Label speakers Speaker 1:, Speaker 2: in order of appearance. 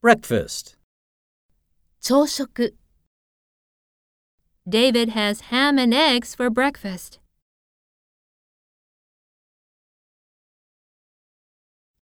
Speaker 1: Breakfast.
Speaker 2: 朝食 David has ham and eggs for breakfast.